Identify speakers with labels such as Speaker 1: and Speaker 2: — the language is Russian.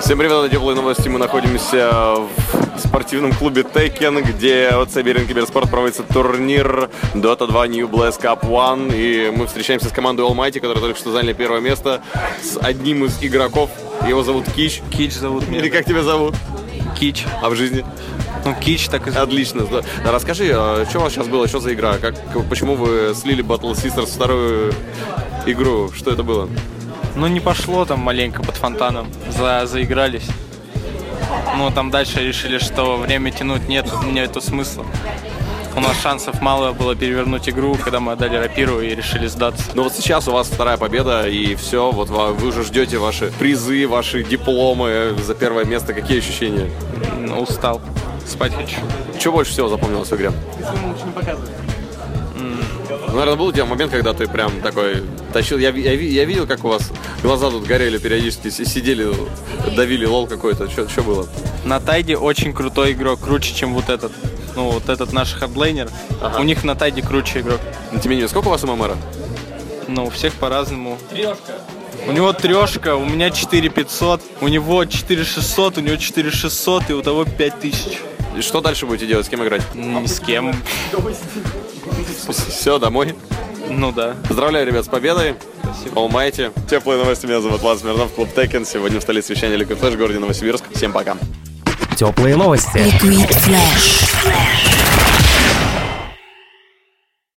Speaker 1: Всем привет, на теплые новости. Мы находимся в спортивном клубе Тейкен, где от Сибирин Киберспорт проводится турнир Dota 2 New Blast Cup One. И мы встречаемся с командой Almighty, которая только что заняла первое место, с одним из игроков. Его зовут Кич.
Speaker 2: Кич зовут меня.
Speaker 1: Или как тебя зовут?
Speaker 2: Кич.
Speaker 1: А в жизни?
Speaker 2: Ну, Кич так и зовут.
Speaker 1: Отлично. Да. Да, Расскажи, а, что у вас сейчас было, что за игра? Как, почему вы слили Battle Sisters вторую игру? Что это было?
Speaker 2: Ну, не пошло там маленько под фонтаном. За, заигрались. Ну, там дальше решили, что время тянуть нет, нету смысла. У нас шансов мало было перевернуть игру, когда мы отдали рапиру и решили сдаться.
Speaker 1: Ну вот сейчас у вас вторая победа, и все, вот ва- вы уже ждете ваши призы, ваши дипломы за первое место. Какие ощущения?
Speaker 2: Ну, устал. Спать хочу.
Speaker 1: Чего больше всего запомнилось в игре? Ну, Наверное, был у тебя момент, когда ты прям такой тащил. Я, ви- я, ви- я видел, как у вас глаза тут горели периодически, си- сидели, давили лол какой-то. Что было?
Speaker 2: На Тайде очень крутой игрок, круче, чем вот этот. Ну, вот этот наш хардлейнер. У них на Тайде круче игрок.
Speaker 1: Но, тем не менее, сколько у вас ММР?
Speaker 2: Ну, у всех по-разному. Трешка. У него трешка, у меня 4500, у него 4600, у него 4600 и у того 5000.
Speaker 1: И что дальше будете делать? С кем играть?
Speaker 2: Ни с кем.
Speaker 1: Все, домой.
Speaker 2: Ну да.
Speaker 1: Поздравляю, ребят, с победой. Спасибо. Теплые новости. Меня зовут Влад Смирнов, клуб Текен. Сегодня в столице вещания Liquid Flash в городе Новосибирск. Всем пока.
Speaker 3: Теплые новости.
Speaker 4: Liquid Flash.